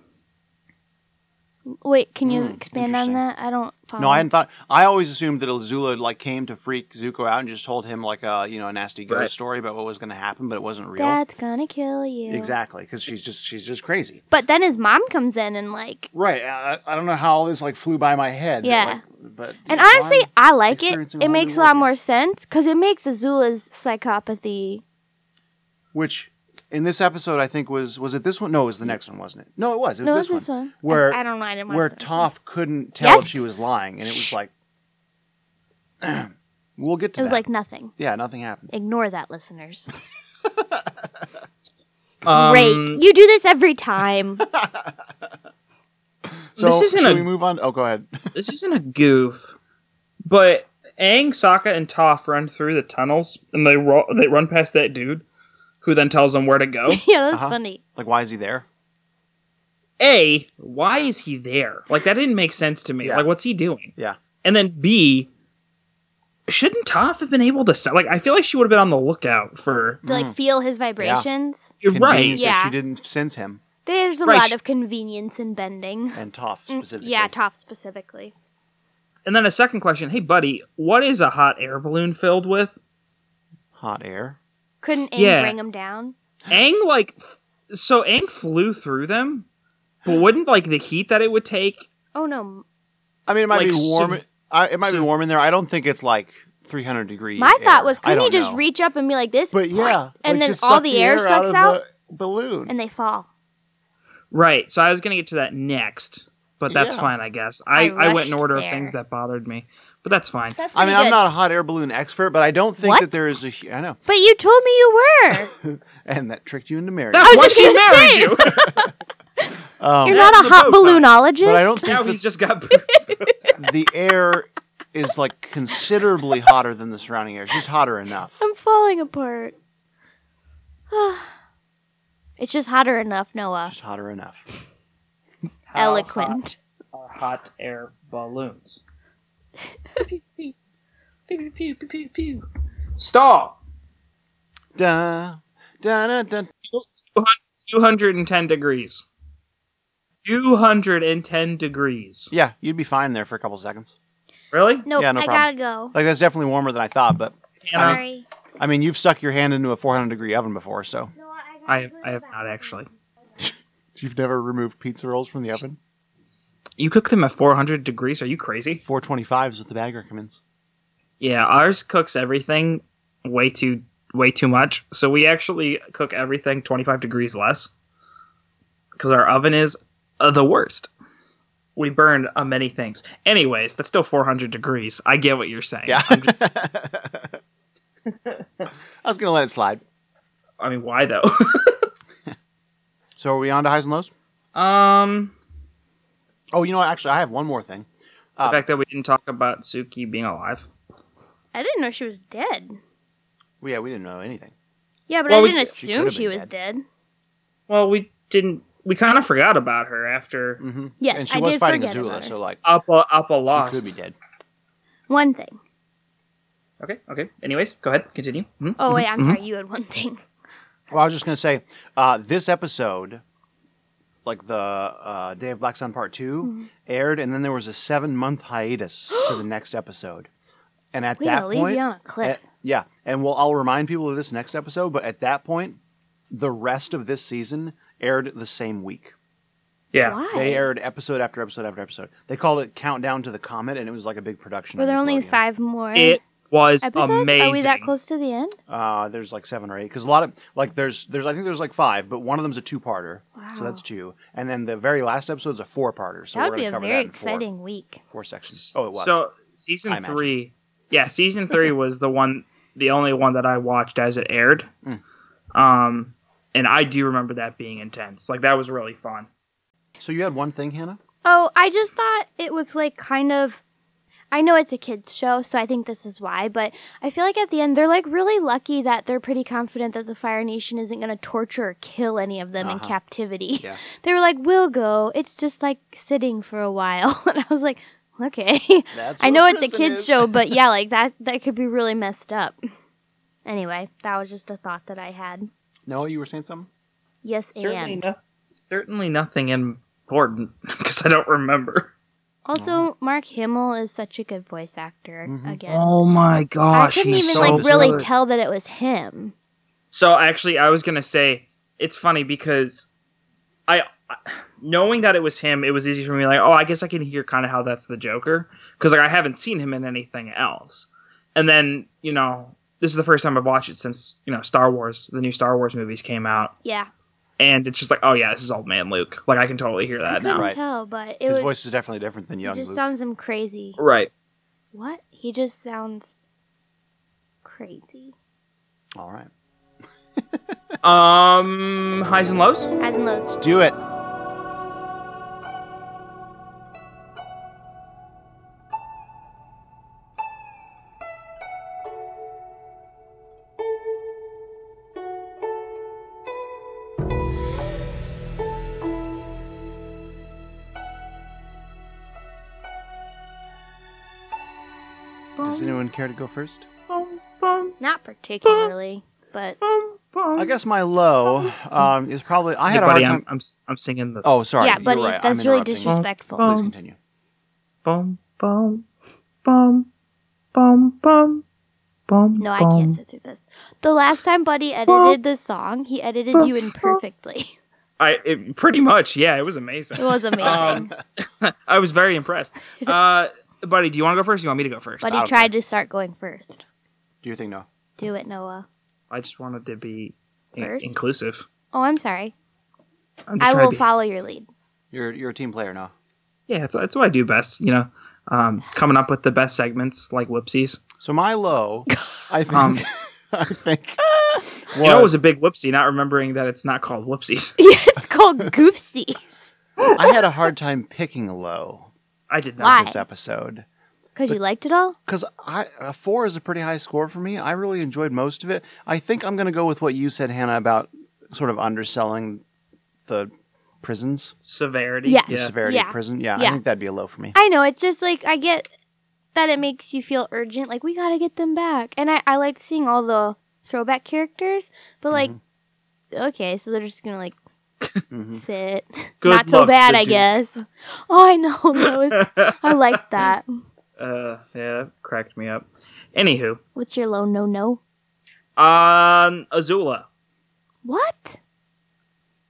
Wait, can you expand on that? I don't. Follow. Hmm, No, I hadn't thought. I always assumed that Azula like came to freak Zuko out and just told him like a you know a nasty ghost Right. story about what was going to happen, but it wasn't real. That's gonna kill you. Exactly, because she's just she's just crazy. But then his mom comes in and like, Right. I, I don't know how all this like flew by my head. but, Yeah. like, but and it's honestly, fine. I like it. experiencing a It whole makes new a lot world more sense because it makes Azula's psychopathy. which in this episode I think was was it this one? No, it was the next one, wasn't it? No, it was. It was No, this, it was this one. I- Where I don't know, I didn't watch where the next Toph couldn't tell Yes. if she was lying, and it was like we'll get to. It was that. like nothing. yeah, nothing happened. Ignore that, listeners. Um, Great, you do this every time. So This isn't should a- we move on? Oh, go ahead. This isn't a goof, but Aang, Sokka, and Toph run through the tunnels and they ro- they run past that dude, who then tells them where to go. yeah, that's Uh-huh. funny. like, why is he there? A, why is he there? Like that didn't make sense to me. Yeah. Like what's he doing? Yeah. And then B, shouldn't Toph have been able to sell? Like I feel like she would have been on the lookout for. To Mm. like feel his vibrations. You're right. Convenient that Yeah. She didn't sense him There's a Right, lot she- of convenience in bending. and Toph specifically. Mm, Yeah, Toph specifically. And then a second question. Hey, buddy, what is a hot air balloon filled with? Hot air. Couldn't Aang Yeah. bring him down? Aang like, f- so Aang flew through them, but wouldn't like the heat that it would take? Oh no, I mean, it might Like, be warm. sev- I, it might be sev- warm in there. I don't think it's like 300 degrees. My thought was, couldn't he you just reach up and be like this? But yeah, and like, then just all suck the air, out sucks of out, the balloon. and they fall. Right. So I was gonna get to that next, but that's Yeah. fine, I guess. I I I, went in rushed order of there. things that bothered me, but that's fine. That's I pretty mean, good. I'm not a hot air balloon expert, but I don't think What? that there is a. hu- I know, But you told me you were. and that tricked you into marriage. That's was why just she gonna married say. you. You're Um, Yeah, not a the hot boat song. balloonologist. but I don't now think he's that just got. the air is like considerably hotter than the surrounding air. It's just hotter enough. I'm falling apart. it's just hotter enough, Noah. Just hotter enough. Eloquent. are hot air balloons. Stall. Da da da da. 210 degrees. 210 degrees. Yeah, you'd be fine there for a couple seconds. Really? Nope, Yeah, no I gotta problem. go. Like that's definitely warmer than I thought. But Hannah, Sorry. I mean, you've stuck your hand into a 400 degree oven before, so I, have, I have not actually. you've never removed pizza rolls from the oven. You cook them at 400 degrees? Are you crazy? 425 is what the bag recommends. Yeah, ours cooks everything way too way too much. So we actually cook everything 25 degrees less because our oven is uh, the worst. We burned uh, many things. Anyways, that's still 400 degrees. I get what you're saying. Yeah. I was gonna let it slide. I mean, why though? So are we on to highs and lows? um, Oh, you know what? Actually, I have one more thing. Uh. the fact that we didn't talk about Suki being alive. I didn't know she was dead. Well, yeah, we didn't know anything. Yeah, but Well, I we- didn't She assume could've she been was dead. Well, we didn't. We kind of forgot about her after Mm-hmm. Yes, and she I was did fighting forget about Azula, her. so like Appa Appa she lost. could be dead. One thing. Okay, okay. Anyways, go ahead, continue. Mhm. Oh wait, Mm-hmm. I'm sorry. You had one thing. Well, I was just gonna say uh, this episode, like the uh, Day of Black Sun Part 2 Mm-hmm. aired, and then there was a seven month hiatus to the next episode. And at We that gotta leave point, you on a cliff. eh, yeah, and we'll I'll remind people of this next episode. But at that point, the rest of this season aired the same week. Yeah. Why? They aired episode after episode after episode. They called it Countdown to the Comet, and it was like a big production. Were on there only Nickelodeon. five more It was episodes? amazing. Are we that close to the end? Uh, there's like seven or eight because a lot of like there's there's I think there's like five, but one of them's a two-parter, so that's two. And then the very last episode's a four-parter, so that we're would be gonna a cover very that in four- exciting week. Four, sections. Oh, it was. So season I imagine. three, yeah, season three was the one, the only one that I watched as it aired. Hmm. Um, and I do remember that being intense. Like that was really fun. so you had one thing, Hannah. Oh, I just thought it was like kind of. I know it's a kids show, so I think this is why. But I feel like at the end they're like really lucky that they're pretty confident that the Fire Nation isn't going to torture or kill any of them in captivity. Uh-huh. Yeah. They were like, "We'll go. It's just like sitting for a while," and I was like, "Okay." That's I what know it's a prison kids is. show, but yeah, like that that could be really messed up. Anyway, that was just a thought that I had. No, you were saying something. Yes, Certainly, and no, certainly nothing in important because I don't remember. Also, Mark Hamill is such a good voice actor. Mm-hmm. Again, Oh my I gosh! couldn't he's even so like really good. tell that it was him. So actually, I was gonna say it's funny because I, knowing that it was him, it was easy for me. Like, oh, I guess I can hear kind of how that's the Joker because like I haven't seen him in anything else. And then you know, this is the first time I've watched it since you know Star Wars, the new Star Wars movies came out, Yeah, and it's just like, oh yeah, this is old man Luke. Like I can totally hear I that couldn't now. Right. tell, but it His was. voice is definitely different than he young just Luke. sounds him crazy. Right. What? He just sounds crazy. All right. Um, highs and lows. Highs and lows. Let's do it. Does anyone care to go first? Not particularly, but I guess my low um, is probably I had Hey, a hard buddy, time. I'm, I'm I'm singing the Oh, sorry. yeah, You're buddy, right. I'm that's really interrupting. disrespectful. Please Um, continue. bum bum bum bum bum bum. No, I can't sit through this. The last time Buddy edited this song, he edited you in perfectly. I it, pretty much yeah, it was It amazing. Um, was Oh, amazing. I was very impressed. Uh, buddy, do you want to go first? Or do you want me to go first? Buddy I don't tried to start going first. Do you think no? Do it, Noah. I just wanted to be in- First? inclusive. Oh, I'm sorry. I'm just I trying to will be- follow your lead. You're you're a team player now. Yeah, that's that's what I do best. You know, um, coming up with the best segments like whoopsies. So my low, I think. Um, I think. You know, it was a big whoopsie. Not remembering that it's not called whoopsies. Yeah, it's called Goofsies. I had a hard time picking a low I did not. Why? this episode Because you liked it all? because I a four is a pretty high score for me. I really enjoyed most of it. I think I'm gonna go with what you said, Hannah, about sort of underselling the prisons, Severity. Yes. the Yeah. severity Yeah. of prison. Yeah, Yeah. I think that'd be a low for me. I know. It's just like I get that it makes you feel urgent. Like we gotta get them back. And I I liked seeing all the throwback characters, but like, Mm-hmm. okay, so they're just gonna like Mm-hmm. sit. Mm. Good Not so luck, bad, good I dude. guess. Oh, I know. That was, I like that. Uh, yeah, that cracked me up. Anywho, What's your low no no? um, Azula. What?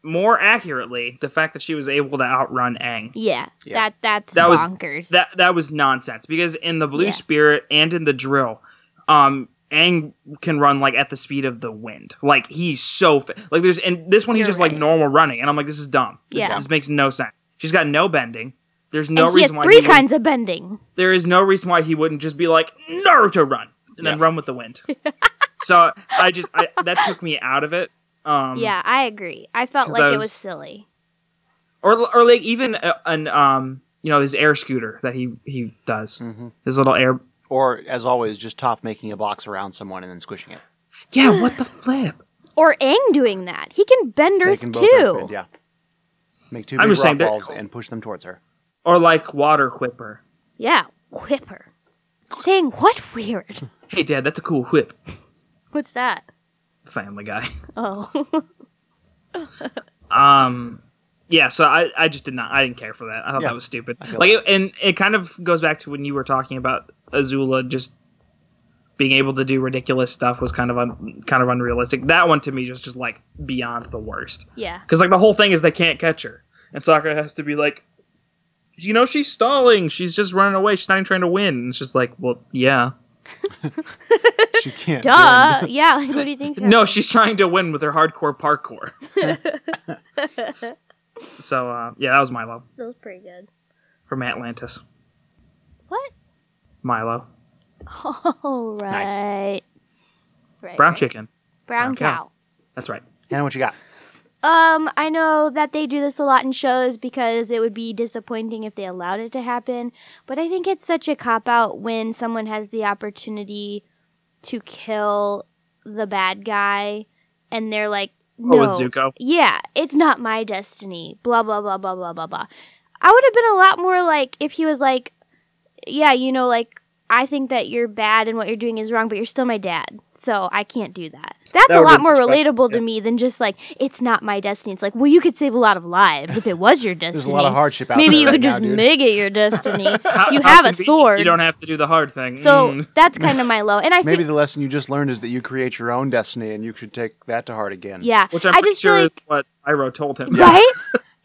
More accurately, the fact that she was able to outrun Aang. Yeah, Yeah. that that's That was- bonkers. That that was nonsense because in the Blue Yeah. Spirit and in the Drill, um, Aang can run like at the speed of the wind. Like he's so fa- like there's and this one he's You're just right. like normal running, and I'm like this is dumb. This, Yeah. this makes no sense. She's got no bending. There's no and he has reason why three he wouldn't- kinds of bending. there is no reason why he wouldn't just be like Naruto run and then Yeah. run with the wind. so I just I, that took me out of it. Um, yeah, I agree. I felt 'cause like I it was- was silly. or or like even a, an um you know his air scooter that he he does Mhm. his little air. Or as always, just Toph making a box around someone and then squishing it. Yeah, what the flip? Or Aang doing that. He can bend They Earth can too. both earthbend, yeah. Make two I'm big just saying rock they're- balls and push them towards her. Or like water whipper. Yeah, whipper. Saying what weird? Hey dad, that's a cool whip. What's that? Family Guy. Oh, Um, yeah. So I I just did not I didn't care for that. I thought Yeah, that was stupid. feel Like it, and it kind of goes back to when you were talking about Azula just being able to do ridiculous stuff was kind of un, kind of unrealistic. That one to me just just like beyond the worst. yeah. Because like the whole thing is they can't catch her, and Sakura has to be like, you know, she's stalling. She's just running away. She's not even trying to win. And it's just like, well, yeah. She can't. Duh. yeah. Like, what do you think? No, she's trying to win with her hardcore parkour. so uh, yeah, that was Milo that was pretty good. from Atlantis. What? Milo, Oh, right. Right. brown right. chicken. Brown, brown cow. cow. That's right. Hannah, what you got? Um, I know that they do this a lot in shows because it would be disappointing if they allowed it to happen, but I think it's such a cop out when someone has the opportunity to kill the bad guy and they're like, Oh, no. with Zuko. Yeah, it's not my destiny. Blah, blah, blah, blah, blah, blah, blah. I would have been a lot more like if he was like, yeah, you know, like, I think that you're bad and what you're doing is wrong, but you're still my dad. So I can't do that. That's That a would lot be more perspective, relatable to yeah. me than just like it's not my destiny. It's like, well, you could save a lot of lives if it was your destiny. There's a lot of hardship out Maybe there you right could now, just dude. make it your destiny. How- you how have a convenient. sword. You don't have to do the hard thing. so Mm. that's kind of my low. And I Maybe think, the lesson you just learned is that you create your own destiny and you should take that to heart again. yeah, which I'm I pretty just feel sure like is what Iroh told him. right?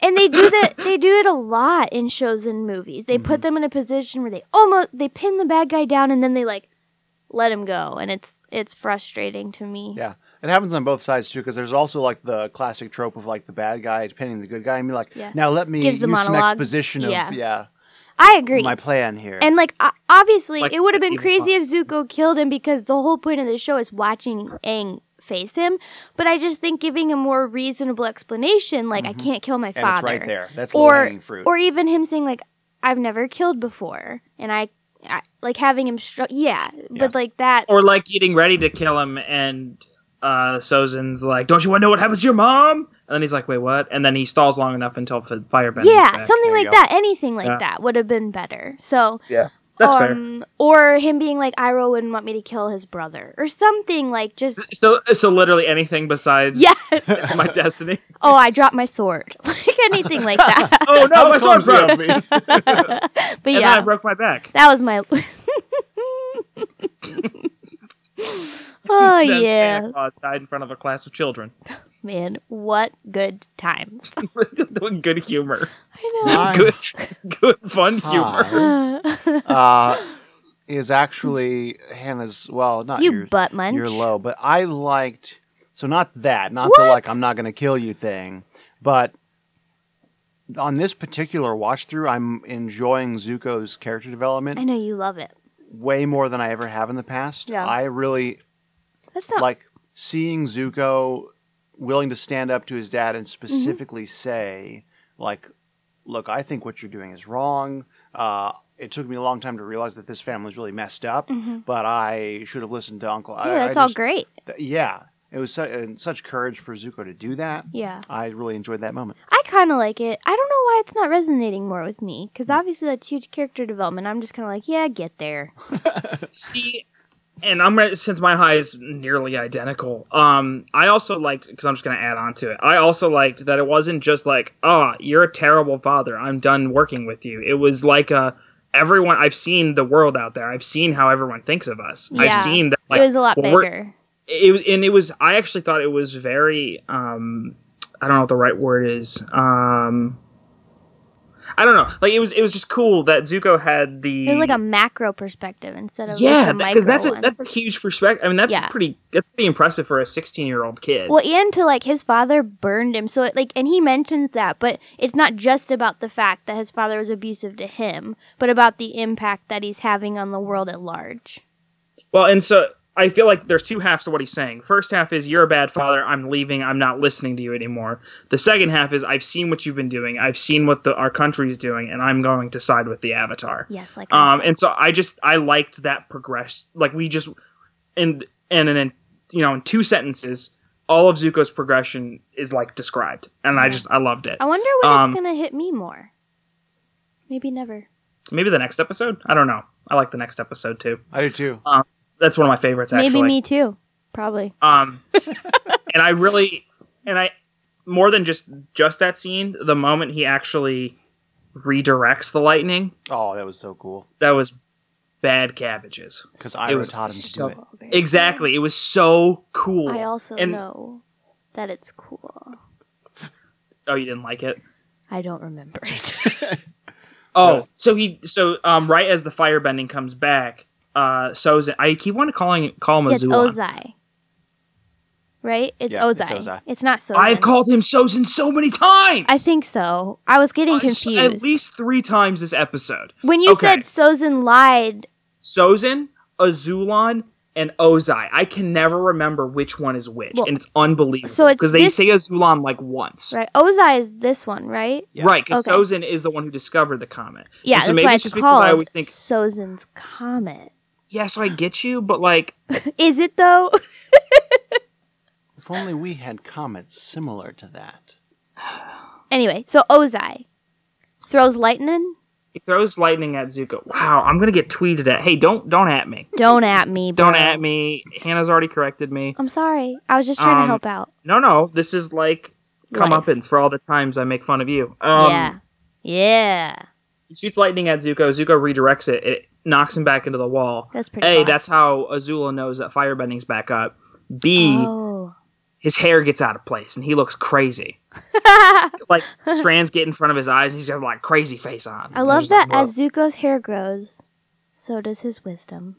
and they do that. They do it a lot in shows and movies. They put them in a position where they almost they pin the bad guy down, and then they like let him go, and it's it's frustrating to me. Yeah. It happens on both sides too, because there's also like the classic trope of like the bad guy pinning the good guy and be like, Yeah. now let me Gives use the some monologue. exposition of Yeah. yeah, I agree. my plan here. and like o- obviously, Like it would have been Evil crazy if Zuko killed him because the whole point of the show is watching Aang face him. But I just think giving a more reasonable explanation, like Mm-hmm. I can't kill my And father, it's right there. That's low or hanging fruit. or even him saying like I've never killed before, and I, I like having him str- yeah, but like that Or like getting ready to kill him, and uh, Sozin's like, "Don't you want to know what happens to your mom?" And then he's like, "Wait, what?" And then he stalls long enough until F- Firebender. yeah, back. something There you like go. that. Anything like Yeah. that would have been better. So Yeah. That's fair. um, Or him being like, Iroh wouldn't want me to kill his brother, or something like just So, so literally anything besides yes. my destiny. oh, I dropped my sword, like anything like that. Oh no, my sword Clumsy broke, of me. But and then I yeah, broke my back. that was my. oh Then yeah, Santa Claus died in front of a class of children. man, what good times. good humor, I My good, good fun humor. time, know. uh, is actually Hannah's. Well, not you yours. butt munch. You're low, but I liked so not that, not the What? like I'm not gonna kill you thing, but on this particular watch through, I'm enjoying Zuko's character I development know you love it. way more than I ever have in the past. Yeah. I really That's not like seeing Zuko willing to stand up to his dad Mm-hmm. and specifically say, like, look, I think what you're doing is wrong. Uh, it took me a long time to realize that this family's really messed up, but I should have listened to Uncle. I- Mm-hmm. yeah, that's I all just- great. Th- yeah, it was su- and such courage for Zuko to do that. Yeah. I really enjoyed that moment. I kind of like it. I don't know why it's not resonating more with me because Hmm. obviously that's huge character development. I'm just kind of like, yeah, get there. See, and I'm re- since my high is nearly identical. Um, I also liked because I'm just gonna add on to it. I also liked that it wasn't just like, "Ah, you're a terrible father. I'm done working with you." It was like a everyone. I've seen the world out there. I've seen how everyone thinks of us. I've Yeah. seen that. Like, it was a lot we're- bigger. it was- and it was I actually thought it was very um I don't know what the right word is um I don't know like it was it was just cool that Zuko had the It was like a macro perspective instead of yeah, yeah just a because micro that's a, one. that's a huge perspective I mean that's Yeah. pretty that's pretty impressive for a 16 year old kid well, and to like his father burned him, so it, like, and he mentions that, but it's not just about the fact that his father was abusive to him, but about the impact that he's having on the world at large. Well, and so I feel like there's two halves to what he's saying. First half is you're a bad father. I'm leaving. I'm not listening to you anymore. The second half is I've seen what you've been doing. I've seen what the, our country's doing, and I'm going to side with the Avatar. Yes, like I Um, and so I just I liked that progress. Like we just and and and in you know in two sentences, all of Zuko's progression is like described, and I just I loved it. I wonder when um, it's gonna hit me more. Maybe never. Maybe the next episode. I don't know. I like the next episode too. I do too. That's one of my favorites. Actually, Maybe me too. Probably. um and i really and i more than just just that scene the moment he actually redirects the lightning Oh, that was so cool that was bad cabbages because it I was taught him to so do it. Oh, exactly it was so cool I also and know that it's cool. oh you didn't like it I don't remember it. oh so he so um right as the firebending comes back uh Sozin, i keep wanting to calling call him a it's Zulon. Ozai. Right? It's Yeah, it's Ozai. It's, Ozai. not Sozai. i've called him Sozin so many times I think so. I was getting Uh, confused. at least three times this episode when you said okay. Sozin lied, Sozin, Azulon, and Ozai. I can never remember which one is which, Well, and it's unbelievable. so it's because they this- say Azulon like once, right? Ozai is this one, right? Yeah. right? Because Okay. Sozin is the one who discovered the comet. Yeah, And so that's maybe why it's it's just because called I always think, Sozin's Comet. yeah, so I get you, but like, Is it though? If only we had comets similar to that. anyway, so Ozai throws lightning He throws lightning at Zuko. Wow, I'm gonna get tweeted at. Hey, don't don't at me. Don't at me. Bro. Don't at me. Hannah's already corrected me. I'm sorry. I was just trying Um, to help out. No, no, this is like Life. comeuppance for all the times I make fun of you. Um, yeah. Yeah. He shoots lightning at Zuko. Zuko redirects it. It knocks him back into the wall. That's pretty. A, boss. that's how Azula knows that firebending's back up. B, Oh. his hair gets out of place and he looks crazy. Like strands get in front of his eyes and he's got like crazy face on. I love It's just that like, as Zuko's hair grows, so does his wisdom.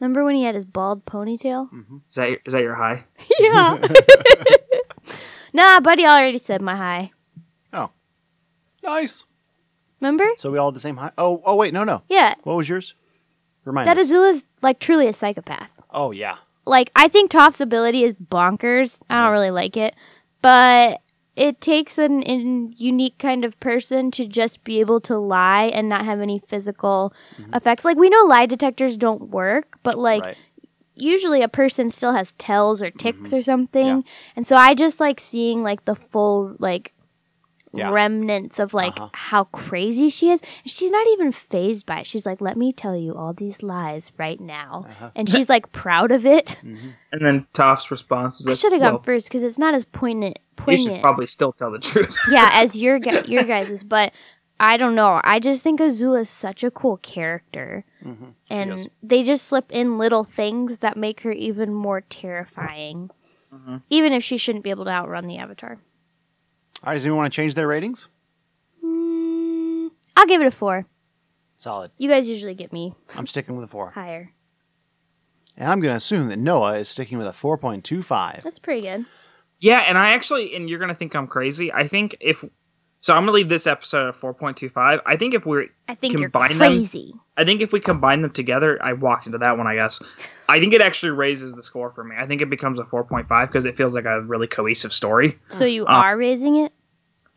Remember when he had his bald ponytail? "Whoa, is that your, is that your high? yeah. nah, buddy already said my high. Nice. Remember? So we all had the same high. Oh, oh wait, no, no. Yeah. What was yours? Remind That me. Azula's like truly a psychopath. oh yeah. Like I think Top's ability is bonkers. I don't really like it, but it takes an, an unique kind of person to just be able to lie and not have any physical effects. Like we know lie detectors don't work, but like right. usually a person still has tells or Mm-hmm. ticks or something. And so I just like seeing like the full like Yeah. remnants of like Uh-huh. how crazy she is. And she's not even phased by it. She's like, "Let me tell you all these lies right now." Uh-huh. And she's like proud of it. And then Toph's response is I like, should have gone "Well, first cuz it's not as poignant You should poignant. probably still tell the truth. yeah, as your gu- your guys's, but I don't know. I just think Azula is such a cool character. Mm-hmm. And is. they just slip in little things that make her even more terrifying. Mm-hmm. Even if she shouldn't be able to outrun the Avatar. All right. Does anyone want to change their ratings? Mm, I'll give it a four. Solid. You guys usually get me I'm sticking with a four, higher. and I'm going to assume that Noah is sticking with a four point two five. That's pretty good. Yeah, and I actually, and you're gonna think I'm crazy. I think if so, I'm gonna leave this episode at 4.25. I think if we're, I think Combine you're them? crazy. I think if we combine them together, I walked into that one, I guess. I think it actually raises the score for me. I think it becomes a 4.5 because it feels like a really cohesive story. So you are raising it?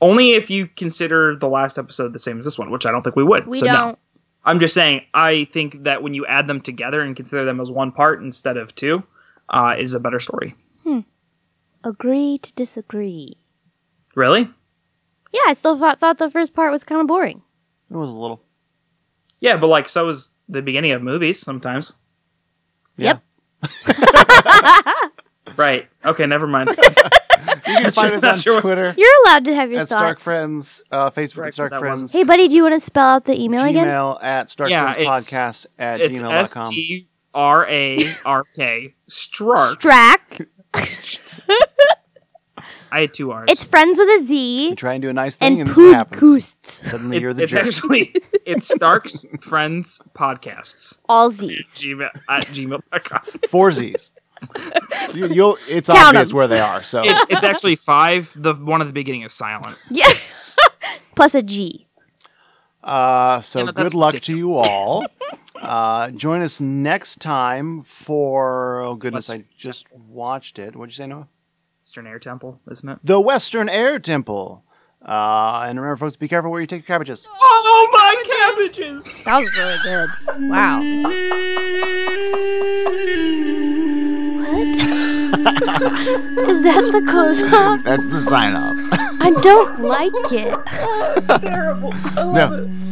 Only if you consider the last episode the same as this one, which I don't think we would. We so don't. No. I'm just saying, I think that when you add them together and consider them as one part instead of two, uh, it is a better story. Agree to disagree. Really? Yeah, I still thought, thought the first part was kind of boring. It was a little. Yeah, but like, so is the beginning of movies sometimes. Yep. Right. Okay, never mind. You can find us Not on sure. Twitter You're allowed to have your at thoughts. Stark Friends, uh, Facebook Right, at Stark that Friends, Hey, buddy, do you want to spell out the email again? Gmail at Stark Yeah, Friends it's- Podcast at it's S gmail.com. T R A R K. Strark. Strack. I had two R's. It's friends with a Z You try and do a nice thing, and and, this is what happens. Poogoosts. Suddenly it's, you're the it's jerk. actually it's Stark's Friends Podcasts All Z's. gmail at gmail.com. Four Z's. You, you'll, it's Count 'em. obvious where they are. So It's, it's actually five. The one at the beginning is silent. Yeah. Plus a G. Uh, so You know, good that's luck to you all. uh, join us next time for oh goodness, Western I just watched it. What'd you say, Noah? Eastern Air Temple, isn't it? The Western Air Temple. Uh, and remember, folks, be careful where you take your cabbages. Oh my cabbages! That was really good. Wow. What? Is that the close up? That's the sign off. I don't like it. No,